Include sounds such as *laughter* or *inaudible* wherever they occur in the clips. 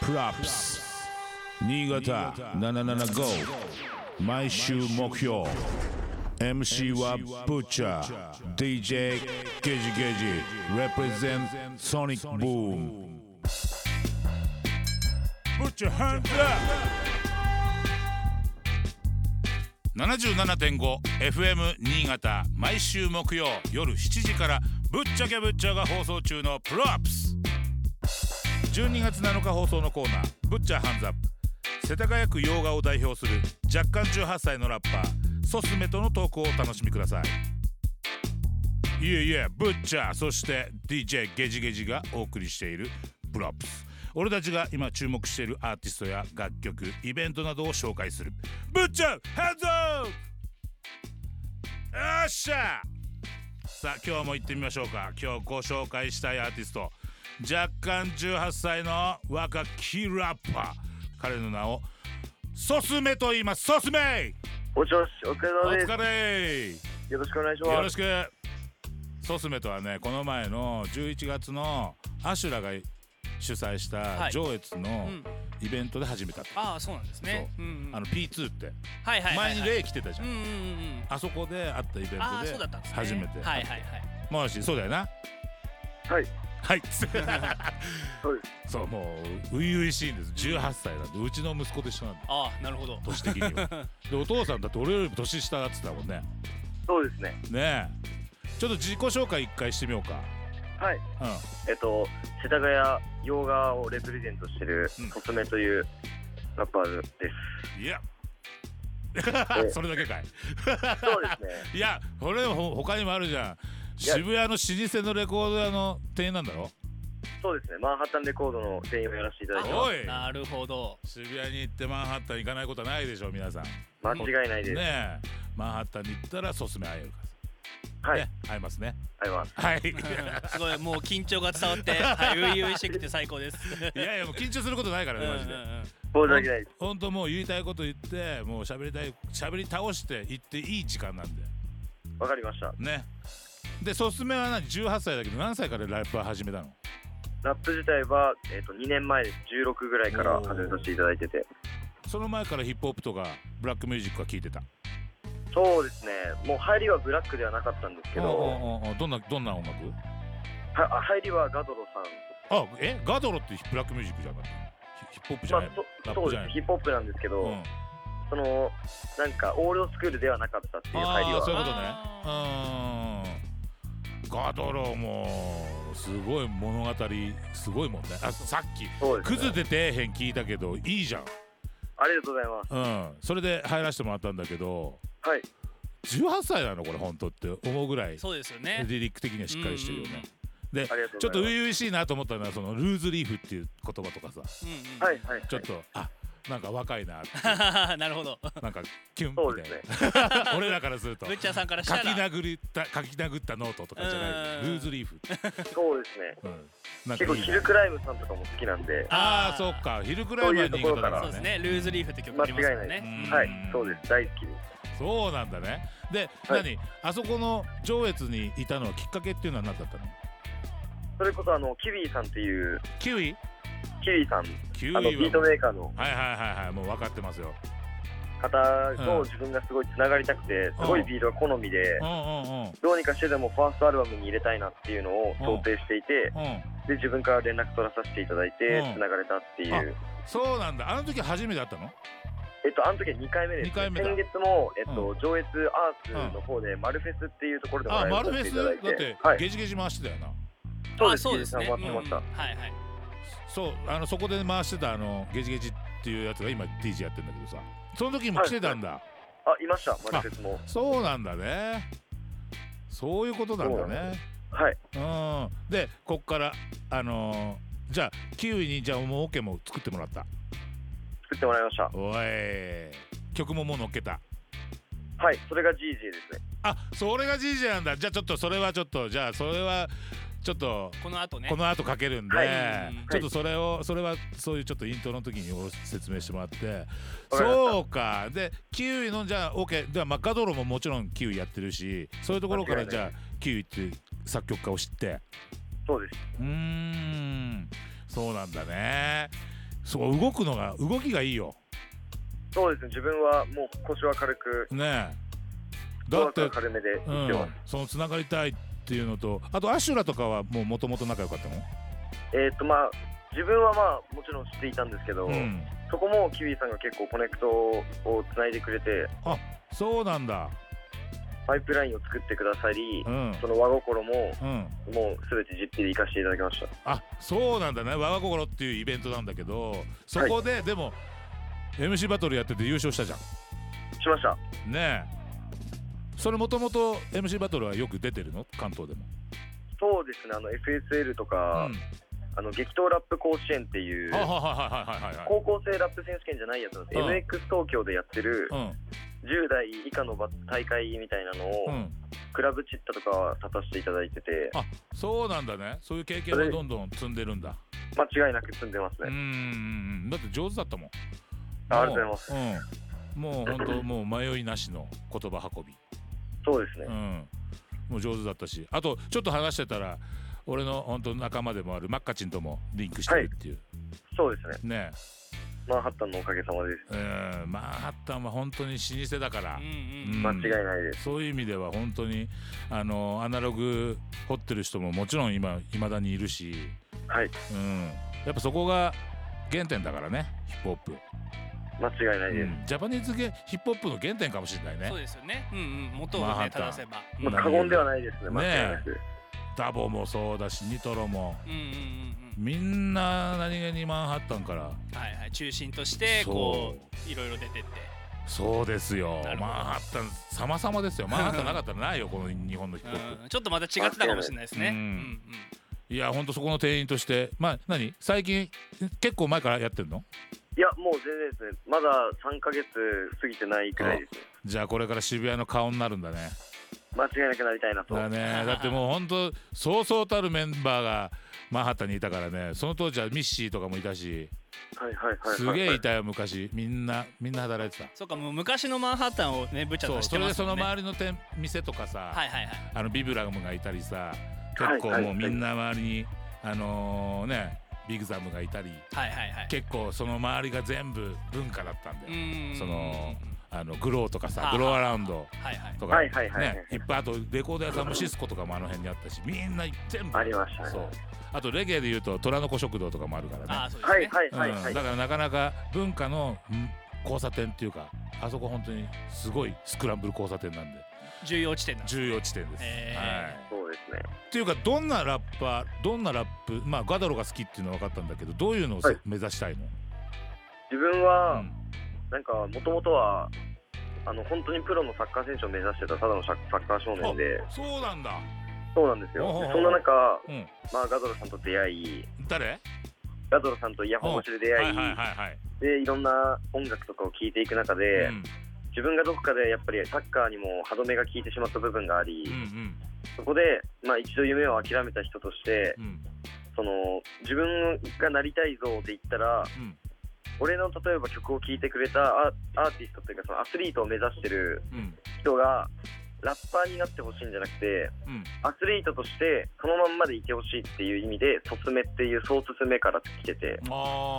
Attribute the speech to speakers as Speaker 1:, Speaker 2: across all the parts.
Speaker 1: プラップス新潟775毎週目標 MC はブッチャー DJ ゲジゲジ represent ソニックブーム Put your hands up! 77.5FM 新潟毎週木曜夜7時からぶっちゃけぶっちゃが放送中のプロアップス12月7日放送のコーナー「ブッチャーハンズアップ」世田谷区洋画を代表する若干18歳のラッパーソスメとのトークをお楽しみくださいいえいえブッチャーそして DJ ゲジゲジがお送りしている「プロアップス」俺たちが今注目しているアーティストや楽曲イベントなどを紹介する「ブッチャーハンズアップ!」よっしゃさあ今日も行ってみましょうか今日ご紹介したいアーティスト若干18歳の若きラッパー彼の名をソスメと言いますソスメ
Speaker 2: もしもし、お疲
Speaker 1: お
Speaker 2: れ様で
Speaker 1: 疲れ
Speaker 2: す。よろしくお願いし
Speaker 1: よ
Speaker 2: ま
Speaker 1: ろ
Speaker 2: す。
Speaker 1: しくソスメとはねこの前の11月のアシュラが主催した
Speaker 3: はい
Speaker 1: 上越の
Speaker 3: うん
Speaker 1: イベントで始めた、
Speaker 3: ああそうなんですね、
Speaker 1: そう
Speaker 3: んうん、
Speaker 1: あの P2 って
Speaker 3: はいはいはい、は
Speaker 1: 前
Speaker 3: い、
Speaker 1: にレイ来てたじゃ
Speaker 3: うん
Speaker 1: ん
Speaker 3: うんうん
Speaker 1: あそこであったイベント
Speaker 3: ああそうだったん
Speaker 1: で
Speaker 3: で
Speaker 1: す
Speaker 3: ね
Speaker 1: 初めて
Speaker 3: はいはいはい
Speaker 1: もうしそうだよな
Speaker 2: はい、
Speaker 3: *laughs*
Speaker 1: はい
Speaker 2: そうです。
Speaker 1: そうもう初々しいんです18歳なんでうちの息子と一緒なんで
Speaker 3: ああなるほど
Speaker 1: 年的にはでお父さんだって俺よりも年下だっつってたもんね
Speaker 2: そうですね。
Speaker 1: ねえちょっと自己紹介一回してみようか
Speaker 2: はい、
Speaker 1: う
Speaker 2: えっと、世田谷洋画をレプレゼントしてる
Speaker 1: うん
Speaker 2: コスメというラッパーで
Speaker 1: *laughs* んいや *laughs*
Speaker 2: え
Speaker 1: それだけかい
Speaker 2: す。そうですね。
Speaker 1: いやこれでもほ他にもあるじゃん
Speaker 2: いや
Speaker 1: 渋谷の老舗のレコード屋の店員なんだろ
Speaker 2: そうですね。マンハッタンレコードの店員をやらせていただいてま
Speaker 1: お
Speaker 2: す。
Speaker 1: い
Speaker 3: なるほど
Speaker 1: 渋谷に行ってマンハッタン行かないことはないでしょ皆さんね
Speaker 2: 間違いないです。
Speaker 1: えマンハッタンに行ったらソスメ会えるか
Speaker 2: は
Speaker 1: ら、
Speaker 2: い、
Speaker 1: ね会えますね
Speaker 2: あります。
Speaker 1: はい
Speaker 3: *laughs* すごいもう緊張が伝
Speaker 1: *laughs*
Speaker 3: わってはい初々しくて最高です
Speaker 1: いやいやもう緊張することないからねマジで
Speaker 3: うんうんうん
Speaker 2: 申し訳ないです。
Speaker 1: 本当もう言いたいこと言ってもう喋りたい喋り倒して言っていい時間なんで
Speaker 2: わかりました。
Speaker 1: ねでソスメは何18歳だけど何歳からライブは始めたの
Speaker 2: ラップ自体は、えっと、2年前です。16ぐらいから始めさせていただいてて。
Speaker 1: その前からヒップホップとかブラックミュージックは聞いてた
Speaker 2: そうですね。もう入りはブラックではなかったんですけど、
Speaker 1: おう
Speaker 2: は
Speaker 1: おうおうどんなどんな音楽
Speaker 2: あ入りはガドロさん
Speaker 1: あえガドロってブラックミュージックじゃなかったヒヒップホップじゃ
Speaker 2: ま
Speaker 1: ない
Speaker 2: あ
Speaker 1: の、
Speaker 2: そ
Speaker 1: ラップ
Speaker 2: そう
Speaker 1: じ
Speaker 2: で
Speaker 1: ゃない
Speaker 2: すヒップホップなんですけど、
Speaker 1: うん
Speaker 2: そのなんかオールドスクールではなかったっていう入り
Speaker 1: ああそう
Speaker 2: は
Speaker 1: いうことねうーんガドロもすごい物語すごいもんねあさっき
Speaker 2: そうです
Speaker 1: ク
Speaker 2: ね
Speaker 1: ズ出てへん聞いたけどいいじゃん
Speaker 2: ありがとうございます
Speaker 1: うん、それで入らせてもらったんだけど
Speaker 2: はい
Speaker 1: 18歳なのこれ本当って思うぐらい
Speaker 3: そうですよ
Speaker 1: リ
Speaker 3: ね
Speaker 1: リック的にはしっかりしてるよね、
Speaker 3: うんうん
Speaker 1: で
Speaker 2: ありがとうございます
Speaker 1: ちょっと初々しいなと思ったのはそのルーズリーフっていう言葉とかさ
Speaker 3: うんうん
Speaker 2: はいはい
Speaker 1: ちょっと、あなんか若いなって
Speaker 3: はい *laughs* なるほど
Speaker 1: なんかキュン
Speaker 2: そう
Speaker 1: み
Speaker 2: で
Speaker 1: た
Speaker 2: す
Speaker 1: い
Speaker 2: ね
Speaker 1: な、俺らからすると
Speaker 3: ブッチャーさんからし
Speaker 1: 書
Speaker 3: た
Speaker 1: き
Speaker 3: ら
Speaker 1: 殴った書き殴ったノートとかじゃない
Speaker 3: うん
Speaker 1: ルーズリーフ、
Speaker 2: そうですね
Speaker 1: うん、なんか
Speaker 2: 結構
Speaker 1: いい
Speaker 2: ヒ
Speaker 1: な
Speaker 2: ルクライムさんとかも好きなんで
Speaker 1: ああ
Speaker 3: あー
Speaker 1: そっか昼くらいは新潟だから
Speaker 3: そうですねルーズリーフって曲
Speaker 2: 間
Speaker 3: ありま
Speaker 2: 違
Speaker 3: す
Speaker 2: い
Speaker 3: か
Speaker 2: な
Speaker 3: ら
Speaker 2: いで
Speaker 3: ね
Speaker 1: う
Speaker 2: す、
Speaker 1: ん
Speaker 2: はいそうです大好きです
Speaker 1: そうなんだねで、
Speaker 2: はい
Speaker 1: 何あそこの上越にいたのはきっかけっていうのは何だったの
Speaker 2: それこそあのキビーさんっていう
Speaker 1: キウイ
Speaker 2: キビーさん
Speaker 1: キウイ
Speaker 2: あ
Speaker 1: は
Speaker 2: の
Speaker 1: もう
Speaker 2: ビートメーカーの
Speaker 1: はいはいはいはいもう分かってますよ
Speaker 2: 方
Speaker 1: うん
Speaker 2: と自分がすごいつながりたくてすごいビートが好みで
Speaker 1: うんうんうん
Speaker 2: どうにかしてでもファーストアルバムに入れたいなっていうのを想定していて
Speaker 1: うん
Speaker 2: で自分から連絡取らさせていただいて
Speaker 1: うん
Speaker 2: つながれたっていう
Speaker 1: そうなんだあの時初めて会ったの
Speaker 2: えっと、あの時は2回目です、ね、
Speaker 1: 二回目だ
Speaker 2: 先月も、えっと上越アーツの方で、マルフェスっていうところでも
Speaker 1: あ
Speaker 2: ライブ
Speaker 1: マル
Speaker 2: さ
Speaker 1: フェ
Speaker 2: せてい
Speaker 1: ス
Speaker 2: た
Speaker 1: だ
Speaker 2: だ
Speaker 1: っ
Speaker 2: いて、
Speaker 1: て
Speaker 2: はい、
Speaker 1: ゲジゲジ回してたよな
Speaker 2: そう
Speaker 3: あ
Speaker 2: です
Speaker 3: そうですね
Speaker 2: 回ってました、
Speaker 3: うんうんはいはい
Speaker 1: そうあのそこで回してたあのゲジゲジっていうやつが今 DJ やってんだけどさその時も来てたんだ、
Speaker 2: あいましたマルフェスも
Speaker 1: そうなんだねそういうことなんだね
Speaker 2: はい
Speaker 1: う
Speaker 2: う
Speaker 1: んでこっからあのーじゃあキウイにじゃあもうオケも作ってもらった
Speaker 2: 作ってもらいました
Speaker 1: おい曲ももう乗っけた
Speaker 2: はいそれが GG ですね
Speaker 1: あそれが DJ なんだじゃあちょっとそれはちょっとじゃあそれはちょっと
Speaker 3: この後ね
Speaker 1: この後かけるんで、
Speaker 2: はい
Speaker 1: ちょっとそれをそれはそういうちょっとイントロの時にお説明してもらって
Speaker 2: わかりました
Speaker 1: そうかでキウイのじゃあ OK ではマカドロももちろんキウイやってるしそういうところから
Speaker 2: 間違
Speaker 1: じ
Speaker 2: いな
Speaker 1: ゃあキウイっていう作曲家を知って
Speaker 2: そうです
Speaker 1: うーんそうなんだねすごい動くのが動きがいいよ
Speaker 2: そうですね自分はもう腰は軽く
Speaker 1: ねえ
Speaker 2: フ
Speaker 1: だ
Speaker 2: ッ
Speaker 1: っ
Speaker 2: ト
Speaker 1: て
Speaker 2: ワークは軽めで
Speaker 1: う
Speaker 2: 行ってます
Speaker 1: ん、そのつながりたいっていうのとあとアシュラとかはもうもともと仲良かったの
Speaker 2: えっとまあ自分はまあもちろん知っていたんですけど、
Speaker 1: うん
Speaker 2: そこもキウイさんが結構コネクトをつないでくれて
Speaker 1: そうなんだ
Speaker 2: パイプラインを作ってくださり、
Speaker 1: うん
Speaker 2: その和心も
Speaker 1: うん
Speaker 2: もう全て実費で活かしていただきました
Speaker 1: あそうなんだね「わが心」っていうイベントなんだけどそこで、でも MC バトルやってて優勝したじゃん
Speaker 2: しました
Speaker 1: ねえそれもともと MC バトルはよく出てるの関東でも、
Speaker 2: そうですねあの FSL と
Speaker 1: う
Speaker 2: か、
Speaker 1: ん、
Speaker 2: あの激闘ラップ甲子園っていう
Speaker 1: はいはいはいはいはいはい
Speaker 2: 高校生ラップ選手権じゃないやつなんです、
Speaker 1: うん
Speaker 2: MX 東京でやってる
Speaker 1: うん
Speaker 2: 10代以下の大会みたいなのを、
Speaker 1: うん、
Speaker 2: クラブチッタとかは立たせていただいてて
Speaker 1: あそうなんだねそういう経験をどんどん積んでるんだ
Speaker 2: 間違いなく積んでます
Speaker 1: う
Speaker 2: ね、
Speaker 1: んだって上手だったもん
Speaker 2: あありがとう
Speaker 1: ざいま
Speaker 2: ご
Speaker 1: す、うん、もう本当もう迷いなしの言葉運び
Speaker 2: そうですね、
Speaker 1: うん、もう上手だったしあとちょっと話してたら俺の本当仲間でもあるマッカチンともリンクしてるっていう、
Speaker 2: そうですね
Speaker 1: ね
Speaker 2: マンハッタンのおかげさまで
Speaker 1: えうんマンハッタンは本当に老舗だから、
Speaker 3: うん
Speaker 2: す間違いないです、
Speaker 1: そういう意味では本当にあのアナログ掘ってる人ももちろん今いまだにいるし、
Speaker 2: はい
Speaker 1: うん、やっぱそこが原点だからねヒップホップ、
Speaker 2: 間違いないです、
Speaker 1: うんジャパニーズゲヒップホップの原点かもしれない
Speaker 3: うん、
Speaker 1: ね
Speaker 3: そうですよね。うんうん、元を
Speaker 1: マンハ
Speaker 3: ね
Speaker 1: ッ、タン
Speaker 3: 正せば。うん
Speaker 1: ま
Speaker 2: も
Speaker 1: あ
Speaker 2: う
Speaker 1: な
Speaker 2: 過言ではないですね
Speaker 1: ね
Speaker 2: 間違いなく、
Speaker 1: ダボもそうだしニトロも
Speaker 3: うんうんうん
Speaker 1: みんな何気にマンハッタンから
Speaker 3: うん。はいはい、中心として、
Speaker 1: そう
Speaker 3: こう、いろいろ出てって。
Speaker 1: そうですよ
Speaker 3: なるほど
Speaker 1: マンハッタン様々ですよマンハッタンなかったらないよこの日本の飛行機、
Speaker 3: うん、ちょっとまた違ってたかもしれないですね。
Speaker 1: う
Speaker 3: うんんうん。
Speaker 1: いやほんとそこの店員としてまあ何最近結構前からやってるの
Speaker 2: いやもう全然ですねまだ3ヶ月過ぎてないくらいですね
Speaker 1: じゃあこれから渋谷の顔になるんだね
Speaker 2: 間違いなくなりたいなと
Speaker 1: だねだってもうほんとそうそうたるメンバーがマンハッタンにいたからねその当時はミッシーとかもいたし
Speaker 2: はいはいはいはい
Speaker 1: すげえいたよ昔みんなみんな働いてた
Speaker 3: そうか、もう昔のマンハッタンをね、ぶっちゃ
Speaker 1: そ
Speaker 3: と
Speaker 1: う
Speaker 3: し
Speaker 1: そ
Speaker 3: て
Speaker 1: れで
Speaker 3: ます
Speaker 1: そ
Speaker 3: も
Speaker 1: の
Speaker 3: んね。
Speaker 1: 周りの店店とかさ、
Speaker 3: はいはいはい。
Speaker 1: あのビブラムがいたりさ
Speaker 2: は
Speaker 1: 結
Speaker 2: い
Speaker 1: 構
Speaker 2: はい
Speaker 1: もうみんな周りにあのーねビグザムがいたり
Speaker 3: はいはいはい。
Speaker 1: 結構その周りが全部文化だったんだよ
Speaker 3: うん
Speaker 1: そのあのグローとかさ
Speaker 3: はあ
Speaker 1: グローアラウンド
Speaker 3: はいはい。
Speaker 1: とか
Speaker 2: はい
Speaker 1: ね
Speaker 2: はいはいはい
Speaker 1: いっぱいあとレコード屋さんもシスコとかもあの辺にあったしみんな全部
Speaker 2: ありましたね
Speaker 1: そうあとレゲエでいうと虎の子食堂とかもあるからね
Speaker 3: ああ、そうです
Speaker 2: は
Speaker 3: ね
Speaker 2: い。はいはいは
Speaker 1: う
Speaker 2: い、
Speaker 1: んだからなかなか文化のうん交差点っていうかあそこ本当にすごいスクランブル交差点なんで
Speaker 3: 重要地点なんですね
Speaker 1: 重要地点です。
Speaker 3: えー
Speaker 1: はい
Speaker 2: そうですね
Speaker 1: っていうかどんなラッパーどんなラップまあガダロが好きっていうのは分かったんだけどどういうのをせ、
Speaker 2: はい
Speaker 1: 目指したいの、
Speaker 2: 自分は、
Speaker 1: うん
Speaker 2: なんかもともとはあの本当にプロのサッカー選手を目指してたただのサッサッカー少年で
Speaker 1: そうなんだ
Speaker 2: そうなんですよ
Speaker 1: おうおうおう
Speaker 2: でそんな中、
Speaker 1: うん
Speaker 2: まあ、ガドロさんと出会い
Speaker 1: 誰
Speaker 2: ガドロさんとイヤホン越しで出
Speaker 1: はい
Speaker 2: 会
Speaker 1: はい
Speaker 2: い,、
Speaker 1: はいはい、
Speaker 2: でいろんな音楽とかを聴いていく中で、
Speaker 1: うん
Speaker 2: 自分がどこかでやっぱりサッカーにも歯止めが効いてしまった部分があり、
Speaker 1: うん
Speaker 2: そこで、まあ、一度夢を諦めた人として
Speaker 1: うんうん
Speaker 2: その自分がなりたいぞって言ったら
Speaker 1: うん
Speaker 2: 俺の例えば曲を聴いてくれたアアーティストというかそのアスリートを目指してる
Speaker 1: うん
Speaker 2: 人がラッパーになってほしいんじゃなくて
Speaker 1: うん
Speaker 2: アスリートとしてそのまんまでいてほしいっていう意味で「卒め」っていう「そう進め」から来てて
Speaker 1: ああ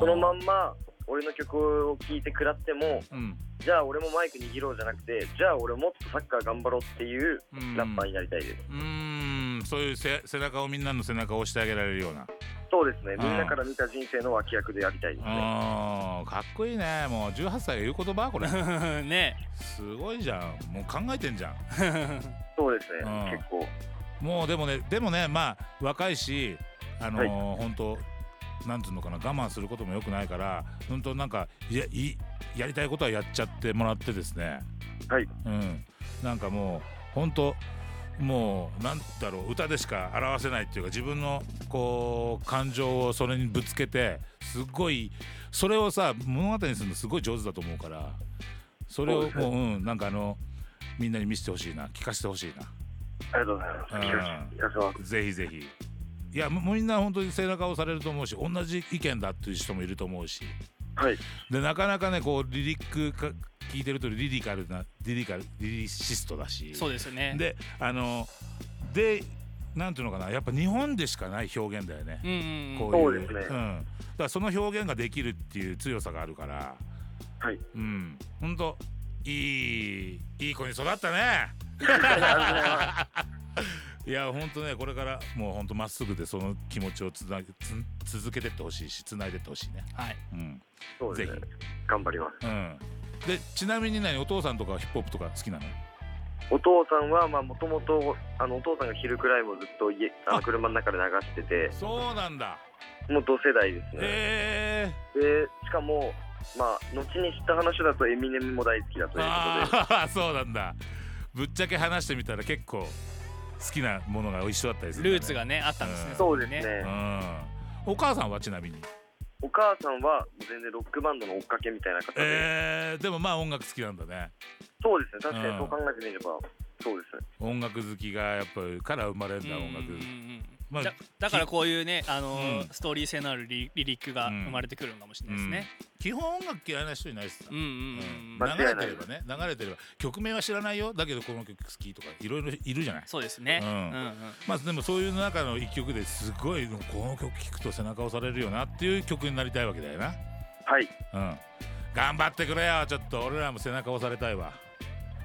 Speaker 2: そのまんま俺の曲を聴いてくらっても
Speaker 1: うん
Speaker 2: じゃあ俺もマイク握ろうじゃなくてじゃあ俺もっとサッカー頑張ろうっていう
Speaker 1: うん
Speaker 2: ラッパーになりたいです、
Speaker 1: うーんそういうせ背中をみんなの背中を押してあげられるような
Speaker 2: そうですね
Speaker 1: ん
Speaker 2: みんなから見た人生の脇役でやりたいですね
Speaker 1: あーかっこいいねもう18歳が言う言葉これ
Speaker 3: *laughs* ね
Speaker 1: すごいじゃんもう考えてんじゃん
Speaker 2: そうですね
Speaker 1: うん
Speaker 2: 結構
Speaker 1: もうでもねでもねまあ若いしあのー本当なんていうのかな我慢することもよくないから本当なんかいやいやりたいことはやっちゃってもらってですね
Speaker 2: はい
Speaker 1: うんなんかもう本当もうなんだろう歌でしか表せないっていうか自分のこう感情をそれにぶつけてすっごいそれをさ物語にするのすごい上手だと思うからそれを
Speaker 2: そうです
Speaker 1: もう、うん、なんかあのみんなに見せてほしいな聞かせてほしいな。
Speaker 2: ありがとうございます
Speaker 1: うん
Speaker 2: 聞かせて聞かせ *laughs* ます
Speaker 1: ぜひぜひいやもうみんな本当に背中を押されると思うし同じ意見だっていう人もいると思うし
Speaker 2: はい
Speaker 1: でなかなかねこうリリックか聞いてるとリリカルなリリカルリリシストだし
Speaker 3: そうですよね。
Speaker 1: であのでなんていうのかなやっぱ日本でしかない表現だよね、
Speaker 3: うんうんうん
Speaker 1: こう
Speaker 2: そう
Speaker 1: い
Speaker 2: ですね
Speaker 1: ん、からその表現ができるっていう強さがあるから
Speaker 2: はい
Speaker 1: うんほんといいいい子に育ったねいやほんとねこれからもうほんとまっすぐでその気持ちをつなげつ続けてってほしいしつないでってほしいね
Speaker 3: はい
Speaker 1: うん、
Speaker 2: そうですね
Speaker 1: ぜ
Speaker 2: 頑張ります
Speaker 1: うん、でちなみに何お父さんとかはヒップホップとか好きなの
Speaker 2: お父さんはまあもともとあのお父さんが昼くらいもずっと家あ
Speaker 1: あ
Speaker 2: の車の中で流してて
Speaker 1: そうなんだ
Speaker 2: もう同世代ですね
Speaker 1: へえ
Speaker 2: でしかもまあ後に知った話だとエミネムも大好きだということで
Speaker 1: ああそうなんだぶっちゃけ話してみたら結構好きなものが一緒だったりするん
Speaker 3: ル
Speaker 1: だ
Speaker 3: ーツがねあったんですね
Speaker 1: うん
Speaker 2: そうですね
Speaker 1: うんお母さんはちなみに
Speaker 2: お母さんは全然ロックバンドの追っかけみたいな方で、
Speaker 1: えー、でもまあ音楽好きなんだね
Speaker 2: そうですね確かにそう考えてみれば、そうですね
Speaker 1: 音楽好きがやっぱりから生まれるんだ
Speaker 3: うん
Speaker 1: 音楽
Speaker 3: うんうん
Speaker 1: まあ
Speaker 3: だだからこういうね、あのー
Speaker 1: うん
Speaker 3: ストーリー性のあるリリリックが生まれてくるのかもしれないですね。
Speaker 1: 基本音楽嫌いな人いないっす
Speaker 3: うんうんうん、う
Speaker 2: ま
Speaker 3: ん
Speaker 2: あ
Speaker 1: 流れてればね流れてれば曲名は知らないよだけどこの曲好きとかいろいろいるじゃない
Speaker 3: そうですね。
Speaker 1: う
Speaker 3: うんんうん、
Speaker 1: まあでもそういう中の一曲ですごいこの曲聴くと背中押されるよなっていう曲になりたいわけだよな
Speaker 2: はい
Speaker 1: うん頑張ってくれよちょっと俺らも背中押されたいわ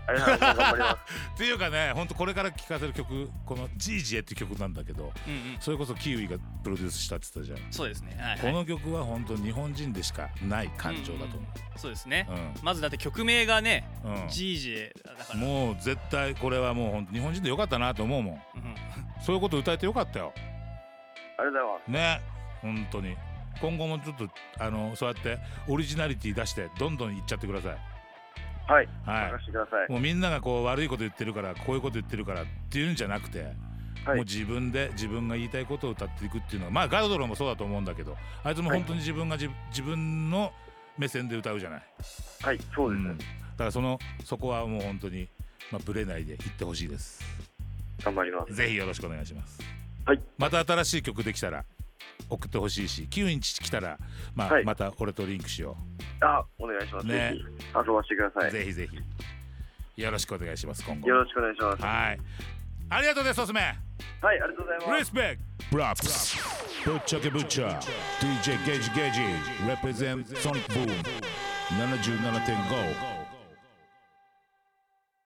Speaker 2: ありがとうございます頑張ります
Speaker 1: っていうかねほんとこれから聴かせる曲この「ジージエ」っていう曲なんだけど
Speaker 3: うんうん、
Speaker 1: それこそキウイがプロデュースしたって言ったじゃん
Speaker 3: そうですね。はい、
Speaker 1: こ
Speaker 3: はい。
Speaker 1: の曲は本当日本人でしかない感情だと思
Speaker 3: そうですね。
Speaker 1: う
Speaker 3: まずだって曲名がね、
Speaker 1: うん、うん
Speaker 3: GJ だから。
Speaker 1: もう絶対これはもう本当日本人でよかったなと思うもん
Speaker 3: うん
Speaker 1: そういうこと歌えてよかったよ
Speaker 2: ありがとうございます
Speaker 1: ね本当に今後もちょっとあのそうやってオリジナリティ出してどんどんいっちゃってください
Speaker 2: はい、
Speaker 1: はい
Speaker 2: 任せてください。
Speaker 1: もうみんながこう悪いこと言ってるからこういうこと言ってるからっていうんじゃなくて、
Speaker 2: はい
Speaker 1: もう自分で自分が言いたいことを歌っていくっていうのはまあガードローもそうだと思うんだけどあいつも本当に自分がじ、自分の目線で歌うじゃない
Speaker 2: はい、そうです
Speaker 1: ん
Speaker 2: ね。
Speaker 1: だからそのそこはもう本当にまあブレないで言ってほしいです
Speaker 2: 頑張ります。
Speaker 1: ぜひよろしくお願いします
Speaker 2: はい
Speaker 1: また新しい曲できたら送ってほしいし9インチ来たら、まあ
Speaker 2: はい
Speaker 1: また俺とリンクしよ
Speaker 2: あ、お願いします。
Speaker 1: ね
Speaker 2: ぜひ遊ばせてくだ
Speaker 1: う、
Speaker 2: さい。
Speaker 1: ぜひぜひよろしくお願いします今後
Speaker 2: よろしくお願いします。
Speaker 1: はいありがとうですおすすめ
Speaker 2: はい、ありがとうございます。
Speaker 1: Respect Props Butcher ke Butcher DJ Gage Gage Represent Sonic Boom 77.5